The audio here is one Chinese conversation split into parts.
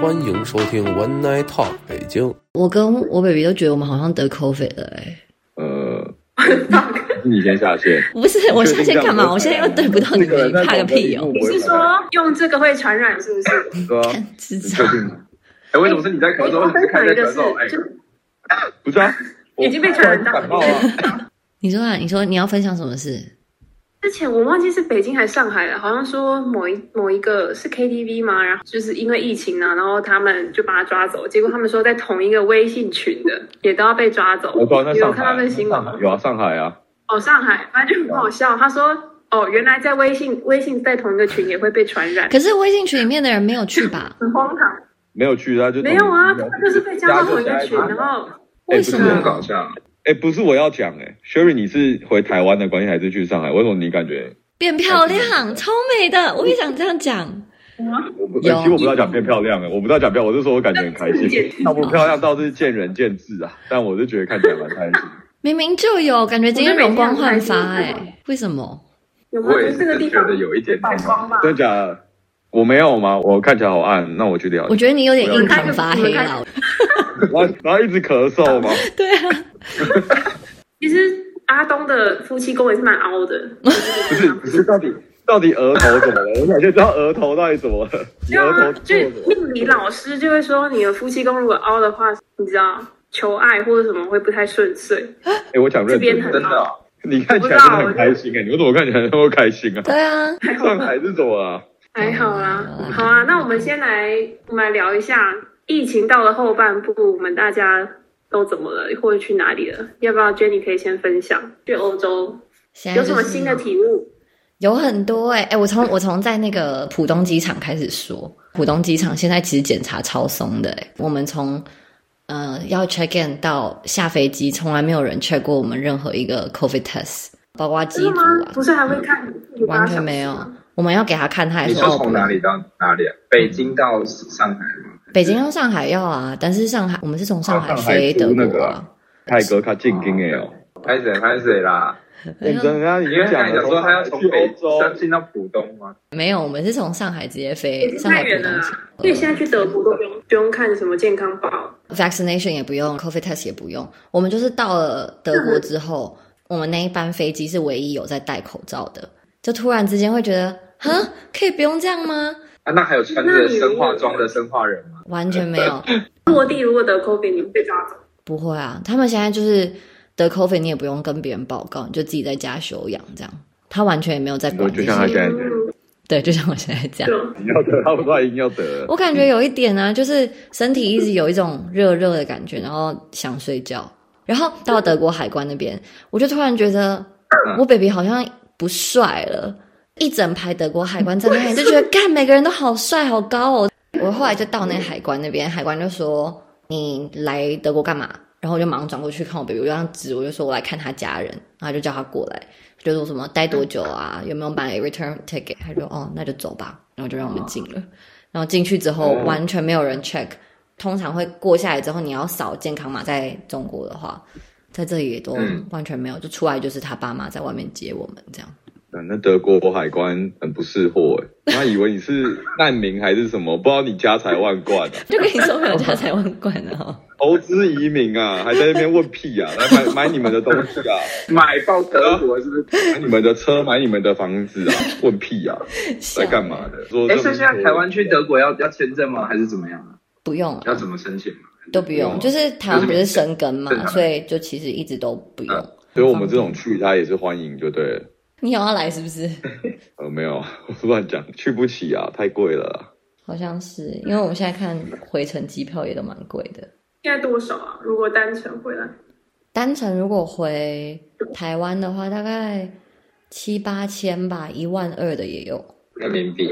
欢迎收听 One Night Talk 北京。我跟我 baby 都觉得我们好像得 COVID 了哎、呃，你先下线。不是，我确下定线这样干嘛？不会我现在传又染对不到你那个们，那怕个种屁哦哟、 我 你是说用这个会传染是不 是？对啊，看智你障确！定吗？哎，为什么是你在咳嗽？我为什么是分看享在一个咳事嗽？，就哎，不是啊，我已经被传染到感冒啊了。你说啊，你说你要分享什么事？之前我忘记是北京还是上海啊了，好像说某一某一个是 KTV 嘛，然后就是因为疫情啊呢、然后他们就把他抓走，结果他们说在同一个微信群的也都要被抓走。我知道在你有上看到海，那个新闻上海吗？有啊，上海啊，哦，上海，反正就很好笑。他说，哦，原来在微信微信在同一个群也会被传染，可是微信群里面的人没有去 吧？很荒唐。没有去，他就没有啊，他们就是被加到同一个群，然后为哎不是什么很搞笑。哎，不是我要讲哎，Sherry，你是回台湾的关系还是去上海？为什么你感觉？变漂亮， 超美的！我也想这样讲。我不，有呃其实我不知道讲变漂亮哎，我不知道讲漂亮，我是说我感觉很开心。漂不漂亮倒是见仁见智啊，但我是觉得看起来蛮开心。明明就有，感觉今天容光焕发哎、为什么？有没有就是这个地方有一点反光吧？真假的？我没有吗？我看起来好暗，那我去聊我。觉得你有点我要印堂发黑了。然后然后一直咳嗽嘛， 对啊，其实阿东的夫妻宫也是蛮凹的，不是不是，到底到底额头怎么了？我想就知道额头到底怎么了，你对啊额头就做什么？命理老师就会说，你的夫妻宫如果凹的话，你知道求爱或者什么会不太顺遂。哎，我想认这边真，很真的哦你看起来真的很开心哎，你们怎么看起来那么开心啊？对啊，上海是怎么啊？还好啦，好啊，那我们先来，我们来聊一下疫情到了后半部，我们大家都怎么了，或者去哪里了？要不要 Jenny 可以先分享去欧洲现在有就是什么新的体悟？有很多哎、欸、欸我 从我从在那个浦东机场开始说，浦东机场现在其实检查超松的、欸、我们从呃要 check in 到下飞机，从来没有人 check 过我们任何一个 covid test，包括机真的组吗？啊，不是还会看48完全没小有时吗。啊我们要给他看，他还你说说哦，从不哪里到哪里啊？嗯北京到上海吗？北京到上海要啊，但是上海我们是从上海上海飞出德那国个啊。泰哥他进京哎哦，拍谁拍谁啦？认真啊！你因为刚讲才的讲说他要从去北欧洲上，进到浦东吗？没有，我们是从上海直接也飞是上海欸太浦远了东机啦，所以现在去德国都不用不用看什么健康宝， vaccination 也不用，COVID test 也不用，我们就是到了德国之后，我们那一班飞机是唯一有在戴口罩的，就突然之间会觉得，哈，可以不用这样吗？啊，那还有穿着生化装的生化人吗？完全没有，落地如果得 COVID，你们被抓走。不会啊，他们现在就是得 COVID，你也不用跟别人报告，你就自己在家休养这样。他完全也没有在管你这说就像他些，现在嗯，对，就像我现在这样。就你要得，他不知道已经要得了。我感觉有一点啊，就是身体一直有一种热热的感觉，然后想睡觉。然后到德国海关那边，我就突然觉得我 baby 好像不帅了。一整排德国海关站在那里，就觉得干每个人都好帅好高哦。我后来就到那海关那边，海关就说你来德国干嘛？然后我就马上转过去看我 baby，我就这样指，我就说我来看他家人，然后就叫他过来，就说什么待多久啊，嗯有没有买 return ticket？他就说哦，那就走吧，然后就让我们进哦了。然后进去之后完全没有人 check，通嗯常会过下来之后你要扫健康码，在中国的话，在这里也都嗯完全没有，就出来就是他爸妈在外面接我们这 样。嗯，那德国海关很不识货哎，他以为你是难民还是什么，不知道你家财万贯啊，就跟你说没有家财万贯的哦，投资移民啊，还在那边问屁啊，来买买你们的东西啊，买爆德国是不是？买你们的车，买你们的房子啊，问屁啊，在干嘛的？说哎，这所么以现在台湾去德国要要签证吗？还是怎么样啊？不用要了，怎么申请啊嘛？都不用，就是台湾不是生根正嘛，常所以就其实一直都不用。嗯所以我们这种去他也是欢迎，就对了。你有要来是不是？ 呃，没有，我 乱讲，去不起啊，太贵了啊。好像是，因为我们现在看回程机票也都蛮贵的。现在多少啊？如果单程回来，单程如果回台湾的话，大概七八千吧，一万二的也有人民币，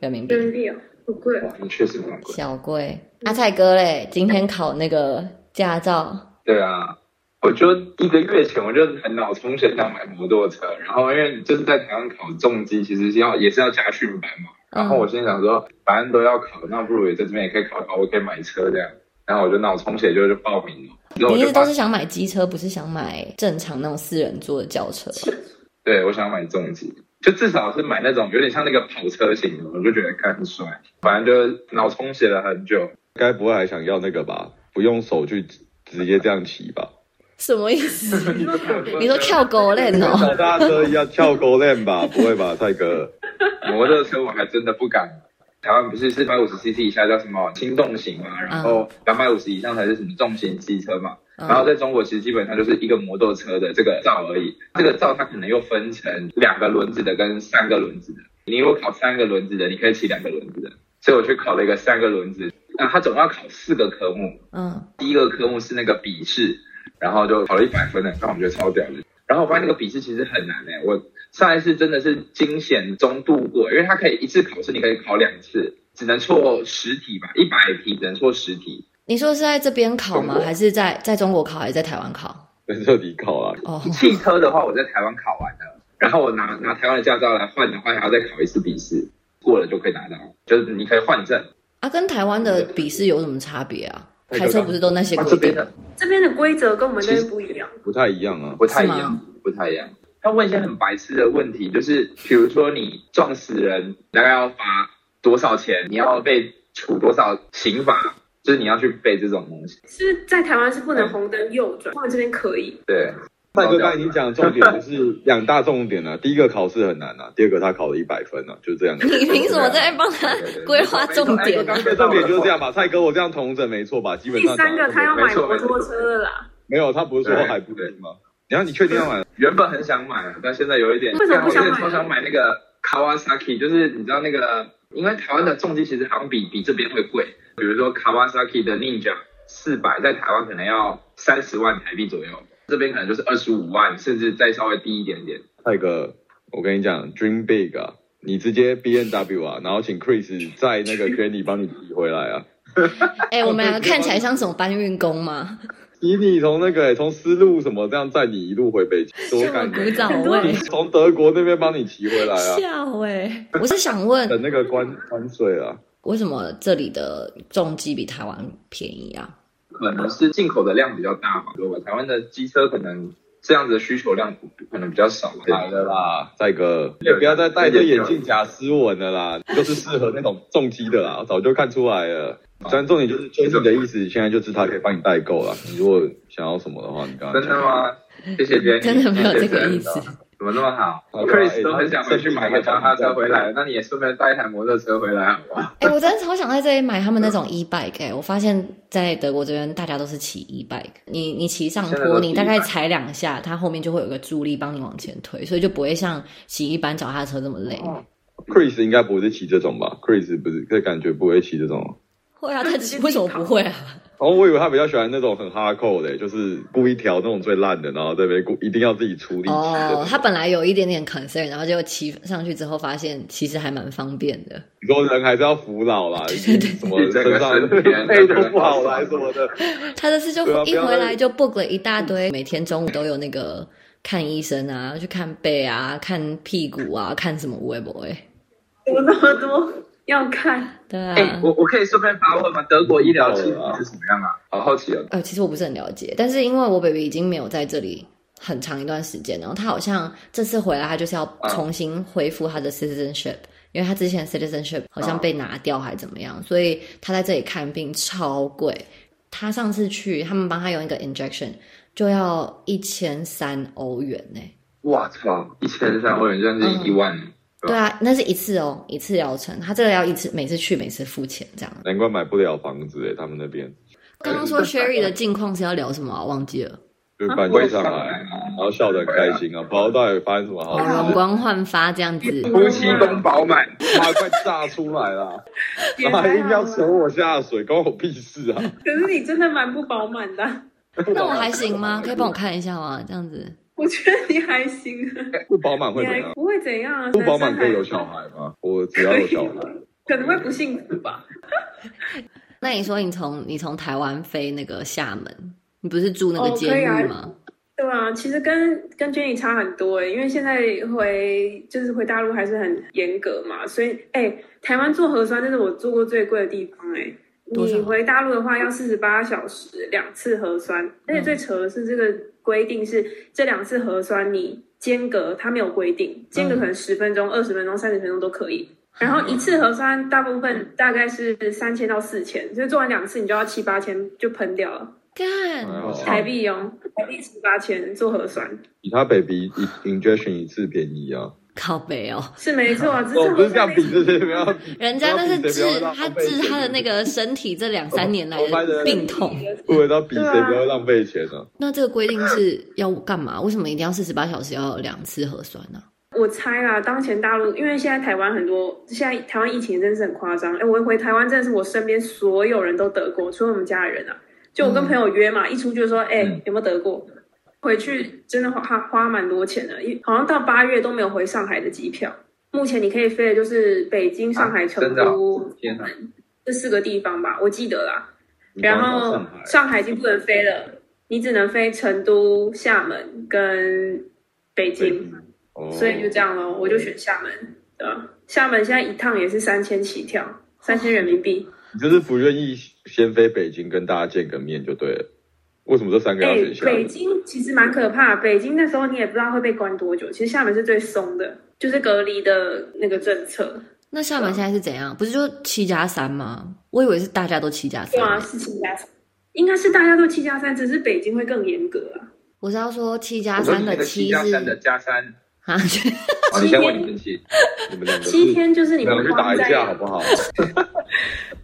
人民币人，嗯民币哦，不贵哦。确实蛮贵。小贵。阿菜哥嘞，今天考那个驾照，对啊，我就一个月前我就很脑充血想买摩托车，然后因为就是在台湾考重机，其实是要也是要加训班嘛。然嗯后我心里想说，反正都要考，那不如也在这边也可以考考，我可以买车这样。然后我就脑充血就去报名了，之后我你一就直发都是想买机车，不是想买正常那种四人座的轿车。对我想买重机，就至少是买那种有点像那个跑车型的，我就觉得看很帅。反正就脑充血了很久，该不会还想要那个吧？不用手去直直接这样骑 吧？什么意思？ 你说跳狗链哦？小大车一样跳勾链吧？不会吧，泰哥？ 摩托车我还真的不敢。台湾不是四百五十 CC 以下叫什么轻重型嘛，然后两百五十以上才是什么重型机车嘛。 然后嗯在中国其实基本上就是一个摩托车的这个照而已，这个照它可能又分成两个轮子的跟三个轮子的。你如果考三个轮子的，你可以骑两个轮子的，所以我去考了一个三个轮子。那它总共要考四个科目，嗯第一个科目是那个笔试，然后就考了一百分的，然后我觉得超屌的。然后我发现那个笔试其实很难诶、欸我上一次真的是惊险中度过，因为它可以一次考试，你可以考两次，只能错十题吧，一百题只能错十题。你说是在这边考吗中？国还是在在中国考，还是在台湾考？在这里考啊？哦，汽车的话，我在台湾考完了，然后我拿拿台湾的驾照来换的话，还要再考一次笔试，过了就可以拿到，就是你可以换证。啊，跟台湾的笔试有什么差别啊？那开个车不是都那些它规啊这边定？的这边的规则跟我们那边不一样。不太一样啊。不太一是样，不太一样。他问一些很白痴的问题，就是比如说你撞死人，大概要罚多少钱？你要被处多少刑罚？就是你要去背这种东西。是在台湾是不能红灯右转，我们这边可以。对，泰哥刚才已经讲的重点就是两大重点 了、第一个考试很难啊，第二个他考了一百分啊，就是这样。 你凭什么在帮他对对对规划重点呢哎第二个刚重点就是这样。吧，泰哥我这样同整没错吧？基本第上三个，他要买没错摩没错托车了啦。没有，他不是说还不行吗？然后你确定要买？原本很想买，啊但现在有一点，啊为什么不想买我有点超想买那个 Kawasaki，就是你知道那个，因为台湾的重机其实好像比比这边会贵，比如说 Kawasaki 的 Ninja 四百，在台湾可能要三十万台币左右，这边可能就是二十五万，甚至再稍微低一点点。泰哥，我跟你讲，dream big 啊，你直接 B N W 啊，然后请 Chris 在那个 Jenny 帮你提回来啊，哎、我们两个看起来像什么搬运工吗？提你从那个欸从丝路什么这样载你一路回北京，多像感古人早啊！味，从德国那边帮你骑回来啊，笑哎！我是想问，等那个关关税啊。为什么这里的重机比台湾便宜啊？可能是进口的量比较大嘛，对吧？台湾的机车可能这样子的需求量可能比较少吧。来了啦，帅哥，也不要再戴着眼镜假斯文了啦，你就是适合那种重击的啦，我 早就看出来了。虽然重点就是 j e 的意思，现在就是他可以帮你代购啦。你如果想要什么的话，你刚刚真的？吗？谢谢别 人，真的没有这个意思谢谢真的。哎怎么那么好好吧？Chris 都很想回去买一个脚踏车回来，那你也顺便带一台摩托车回来啊好不好？哎、我真的超想在这里买他们那种 e bike 哎、我发现在德国这边大家都是骑 e bike，你你骑上现在都坡，是你大概 e-bike 踩两下，它后面就会有个助力帮你往前推，所以就不会像骑一般脚踏车这么累。哦 Chris 应该不是骑这种吧？Chris 不是，这感觉不会骑这种。会啊，那他直接为什么自己不跑会啊？哦，我以为他比较喜欢那种很哈扣的、就是故意调那种最烂的，然后这边故一定要自己处理。哦，他他本来有一点点 concern，然后结果骑上去之后发现其实还蛮方便的。你说人还是要服老啦，什么身上 配都不好来什么的。他这次就对啊一不要回再来就 book 了一大堆，每天中午都有那个看医生啊，去看背啊，看屁股啊，看什么微博哎，怎么那么多要看？对啊。哎，我我可以顺便发问吗？德国医疗系统是什么样啊？好好奇哦。呃，其实我不是很了解，但是因为我 baby 已经没有在这里很长一段时间，然后他好像这次回来，他就是要重新恢复他的 citizenship，、因为他之前 citizenship 好像被拿掉还怎么样，所以他在这里看病超贵。他上次去，他们帮他用一个 injection 就要一千三欧元呢、哇操，一千三欧元嗯将近一万，对对啊，那是一次哦，一次疗程，他这个要一次，每次去每次付钱这样。难怪买不了房子诶、欸他们那边刚刚说 Sherry 的近况是要聊什么啊？忘记了。就搬我也家 上上来来。啊然，后笑得很开心啊，不知道到底发生什么好哦，容事，光焕发这样子。夫妻宫饱满。 妈快炸出来 了，也妈还硬好啊要啦扯我下水，关我屁事啊！啊 可是你真的蛮不饱满的啊，那我还行吗？可以帮我看一下吗？这样子，我觉得你还行啊，不饱满会你怎还样？不会怎样啊。不饱满男生可以还有小孩吗？我只要有小孩，可能会不幸福吧？那你说你从你从台湾飞那个厦门，你不是住那个监狱吗？对啊，其实跟跟 Jenny 差很多欸诶、因为现在回就是回大陆还是很严格嘛，所以哎、台湾做核酸这是我做过最贵的地方哎、多少你回大陆的话要四十八小嗯时两次核酸，而且最扯的是这个规定是这两次核酸你间隔它没有规定，间隔可嗯能十分钟、二十分钟、三十分钟都可以。然后一次核酸大部分大概是三千到四千，所以做完两次你就要七八千就喷掉了，干，哦台币哦，台币七八千做核酸比他 baby 一 injection 一次便宜啊！靠北哦，是没错 啊，只我是不是这样比，核酸这些不要比人家那是不要比治谁不要浪他费治钱他的那个身体这两三年来我拍的的病痛。不然他比谁对啊不要浪费钱呢？那这个规定是要干嘛？为什么一定要四十八小时要有两次核酸啊呢、我猜啦，当前大陆因为现在台湾很多，现在台湾疫情真的是很夸张。哎，我回台湾真的是我身边所有人都得过，除了我们家人啊。就我跟朋友约嘛，一出就说，哎、嗯有没有得过？回去真的花花花蛮多钱的，一好像到八月都没有回上海的机票。目前你可以飞的就是北啊京、上海、成真的都、哦天哪！这四个地方吧，我记得啦。你然刚刚后上海上海已经不能飞了，你只能飞成都、厦门跟北京。哦所以就这样咯，我就选厦门，对吧？厦门现在一趟也是三千起跳，三千人民币。你就是不愿意先飞北京跟大家见个面就对了。为什么这三个要哎、选下来？北京其实蛮可怕，北京那时候你也不知道会被关多久。其实厦门是最松的，就是隔离的那个政策，那厦门现在是怎样？不是就七加三吗？我以为是大家都七加对三。啊，是七加三，应该是大家都七加三，只是北京会更严格啊。我是要说七加我说三你那的个七加三的是加三，啊， 哦你先问你生气，你们两个七天就是你你们们去打关一在架好不好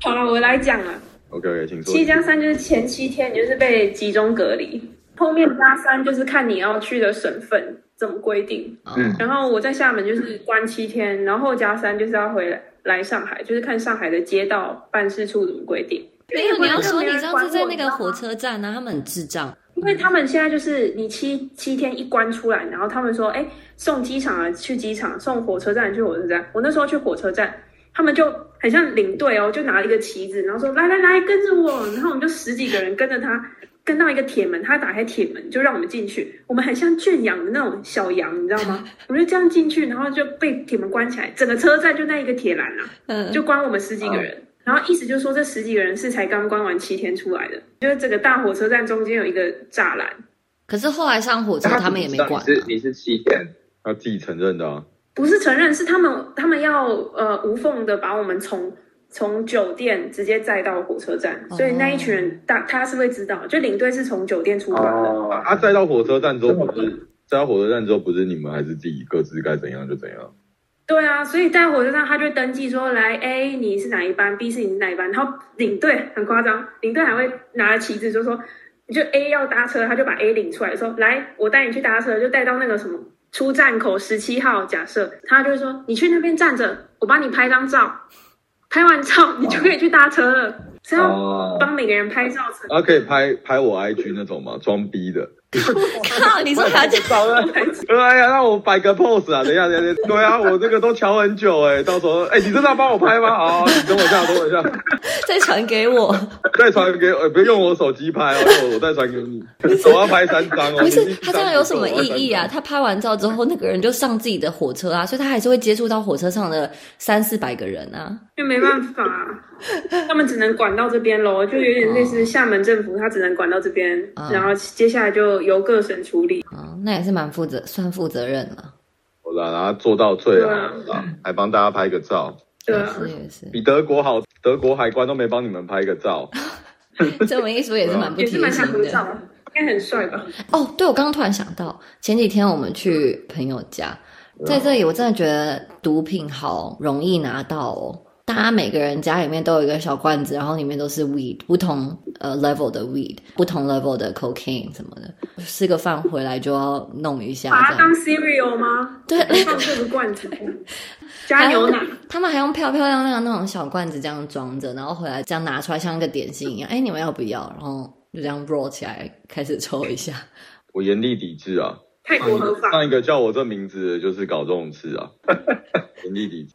好了，我来讲啊了。 ？OK OK，请说。七加三就是前七天你就是被集中隔离，后面加三就是看你要去的省份怎么规定。嗯然后我在厦门就是关七天，然后加三就是要回来来上海，就是看上海的街道办事处怎么规定。没有，你要说你上上次 次在那个火，车站呢、啊，他们很智障。因为他们现在就是你七七天一关出来，然后他们说，哎，送机场啊去机场，送火车站去火车站。我那时候去火车站，他们就很像领队哦，就拿了一个旗子，然后说来来来跟着我，然后我们就十几个人跟着他。跟到一个铁门，他打开铁门就让我们进去。我们很像圈养的那种小羊，你知道吗？我们就这样进去，然后就被铁门关起来，整个车站就那一个铁栏啊。嗯，就关我们十几个人。然后意思就是说，这十几个人是才刚关完七天出来的，就是这个大火车站中间有一个栅栏。可是后来上火车哎他们也没管、啊你。是你是七天，他自己承认的啊。不是承认，是他们他们要呃无缝的把我们从从酒店直接载到火车站，哦所以那一群人大他是会知道，就领队是从酒店出发的。哦，啊，再到火车站之后不是，再到火车站之后不是你们还是自己各自该怎样就怎样。对啊，所以在火车站他就登记说来 A 你是哪一班，B 是你是哪一班，然后领队很夸张，领队还会拿着旗子就说，你就 A 要搭车，他就把 A 领出来说来，我带你去搭车，就带到那个什么出站口十七号，假设他就会说你去那边站着，我帮你拍张照，拍完照你就可以去搭车了，是要哦，帮每个人拍照成啊，可以拍拍我 IG 那种嘛，装逼的。靠， 你说还要这找了，哎呀，让我摆个 pose 啊！等一下，等一下，对啊，我这个都瞧很久哎、到时候哎、你真的要帮我拍吗？好好，你等我一下，等我一下，再传给我？再传给我，呃不要用我手机拍哦，用我我再传给你，我要拍三张哦。不是你他这样有什么意义啊？？他拍完照之后，那个人就上自己的火车啊，所以他还是会接触到火车上的三四百个人啊。因为没办法、啊他们只能管到这边喽，就有点类似厦门政府，他只能管到这边，哦然后接下来就由各省处理。啊、那也是蛮负责，算负责任了。我啦，然后做到最啊好啊啦，还帮大家拍个照，对也啊，是也是，比德国好，德国海关都没帮你们拍个照。这么一说也是蛮不也贴是蛮想心合的照。的，应该很帅吧？哦，对，我刚刚突然想到，前几天我们去朋友家，在这里我真的觉得毒品好容易拿到哦。大家每个人家里面都有一个小罐子，然后里面都是 weed，不同呃 level 的 weed，不同 level 的 cocaine 什么的。吃个饭回来就要弄一下，把它啊这样当 cereal 吗？对。 放这个罐子，加牛奶。他们还用漂漂亮亮的那种小罐子这样装着，然后回来这样拿出来，像一个点心一样。哎，你们要不要？然后就这样 roll 起来，开始抽一下。 我严厉抵制啊！泰国合法，哎上一个叫我这名字的就是搞这种事啊， 严厉抵制。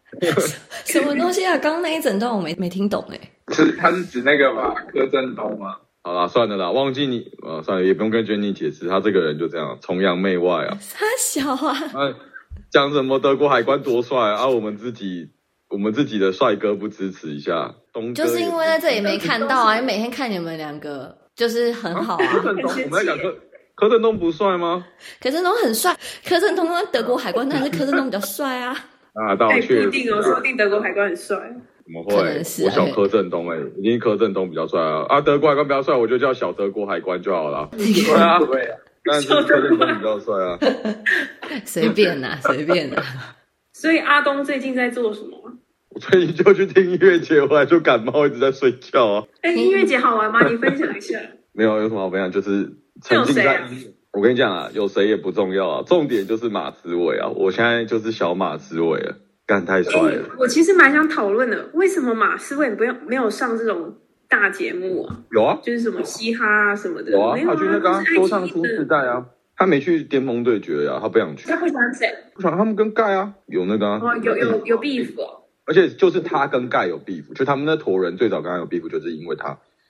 什么东西啊？刚刚那一整段我没没听懂哎、是他是指那个吧？柯震东吗？好啦，算了啦，忘记你，呃，算了，也不用跟 Jenny 解释，他这个人就这样，崇洋媚外啊，他小啊，啊，讲什么德国海关多帅啊，啊我们自己，我们自己的帅哥不支持一下，东哥就是因为在这里没看到都啊，是每天看你们两个就是很好啊。 柯震东，我们在讲柯，柯震东不帅吗？柯震东很帅，柯震东跟德国海关，但是柯震东比较帅啊。那倒哎，不确一实定哦，啊说不定德国海关很帅。怎么可会？能是我小哎柯震东哎、一定柯震东比较帅啊！啊，德国海关比较帅，我就叫小德国海关就好了。对啊，对啊， 但是柯震东比较帅啊！随便 啦，随便啊啦。所以阿东最近在做什么啊？我最近就去听音乐节，回来就感冒，一直在睡觉啊。哎，嗯音乐节好玩吗？你分享一下。没有有什么好分享，就是沉浸在有谁我跟你讲啊，有谁也不重要啊，重点就是马思伟啊！我现在就是小马思伟了，干太 帅哎了。，我其实蛮想讨论的，为什么马思伟不用没有上这种大节目啊？有啊就是什么嘻哈啊什么的，有啊没，有他去那个啊他是说唱新 ITV 的时代啊，他没去巅峰对决啊，他不想去，他会想谁？不想他们跟盖啊有那个啊哦，有有有 beef 哦，而且就是他跟盖有 beef，就他们那坨人最早跟他有 beef，就是因为他，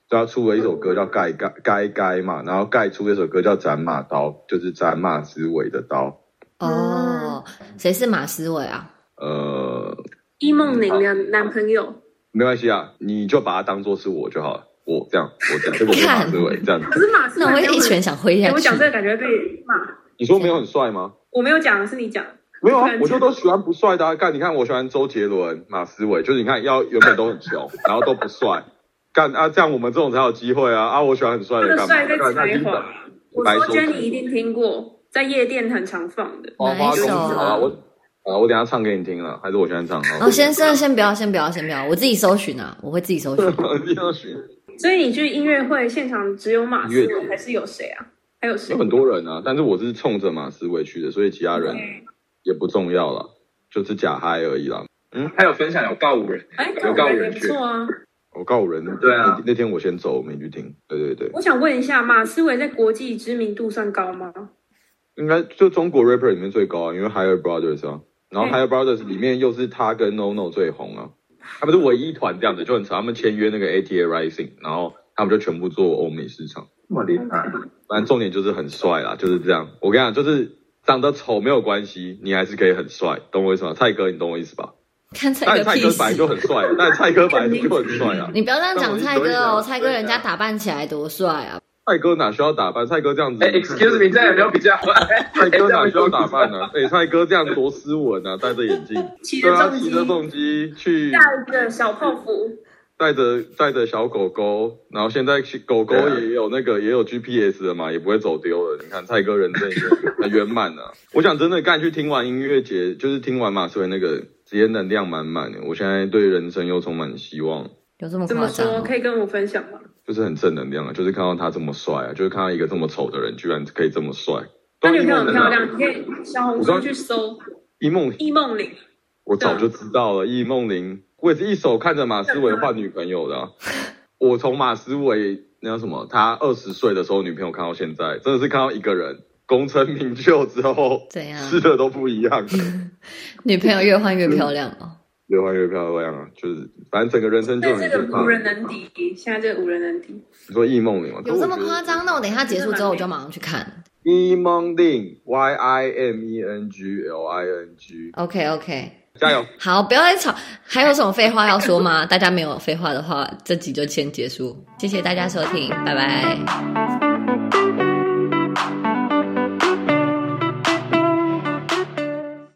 就他出了一首歌叫盖盖盖盖嘛，然后盖出一首歌叫斩马刀，就是斩马思维的刀，嗯哦，谁是马思伟啊？呃，伊梦玲的男朋友。没关系啊，你就把它当做是我就好了，我这样，我这样，这个我是马思维这样子，可是马思那伟我哎没有一拳想挥哎下我讲去。这个感觉被骂，你说没有很帅吗？我没有讲，是你讲。没有啊突然，我就间都喜欢不帅的、啊。干，你看我喜欢周杰伦、马思唯，就是你看要原本都很穷，然后都不帅。干啊，这样我们这种才有机会啊！啊，我喜欢很帅他的的干嘛？帅在干那才你华。我白说说 Jenny 一定听过，在夜店很常放的。花花公子哪一首啊哦好了，我啊，我等一下唱给你听了，还是我先唱啊？ 哦，先生，先不要，先不要，先不要，我自己搜寻啊，我会自己搜 寻。你要学，所以你去音乐会现场只有马思音乐唯，节还是有谁啊？还有谁有？很多人啊，但是我是冲着马思唯去的，所以其他人对也不重要了，就是假嗨而已啦。还有分享有告五人，哎，告有告五五人人不去，错啊。我告五人，对啊那那天我先走，我没去听。对对对，我想问一下，马思唯在国际知名度算高吗？应该就中国 rapper 里面最高啊，因为 Higher Brothers 啊，然后嗯 Higher Brothers 里面又是他跟 No No 最红啊，他们是唯一一团这样子，就很扯。他们签约那个 ATA Rising，然后他们就全部做欧美市场。这么厉害，反正重点就是很帅啦，就是这样。我跟你讲，就是长得丑没有关系，你还是可以很帅，懂我意思吗？蔡哥，你懂我意思吧？看蔡但哥哎蔡屁哥本来事！就很帅，啊但蔡哥本来就很帅啊。你不要这样讲蔡哥但我哦，是蔡哥人家啊打扮起来多帅啊！蔡哥哪需要打扮？蔡哥这样子，哎，excuse me，这样有没哎有比较好？蔡哥哪需要打扮 呢、啊？哎、蔡哥这样多斯文啊，戴着眼镜，骑对着啊，重骑机，着重机去，带着小泡芙，带着带着小狗狗，然后现在去狗狗也有那个也有 GPS 了嘛，也不会走丢了。你看蔡哥人生已经很圆满了。 我想真的干去听完音乐节，就是听完马思唯那个，直接能量满满的。我现在对人生又充满希望，有这么怎夸么张说？哦？可以跟我分享吗？就是很正能量啊！就是看到他这么帅啊，就是看到一个这么丑的人居然可以这么帅。她都女一朋友梦玲很漂啊，亮，你可以小红我书说去搜一梦，易梦玲。我早就知道了。易梦玲，我也是一手看着马思唯换女朋友的啊、我从马思唯那叫什么，他二十岁的时候女朋友看到现在，真的是看到一个人功成名就之后，怎样？ 吃的都不一样，女朋友越换越漂亮哦。越换越漂亮啊！就是反正整个人生就但很这个健康无。人能敌，现在这个无人能敌。你说易梦玲吗？有这么夸张？那我等一下结束之后，我真的蛮就美马上去看。易梦玲，Y I M E N G L I N G， OK OK，加油！好，不要再吵。还有什么废话要说吗？大家没有废话的话，这集就先结束。谢谢大家收听，拜拜。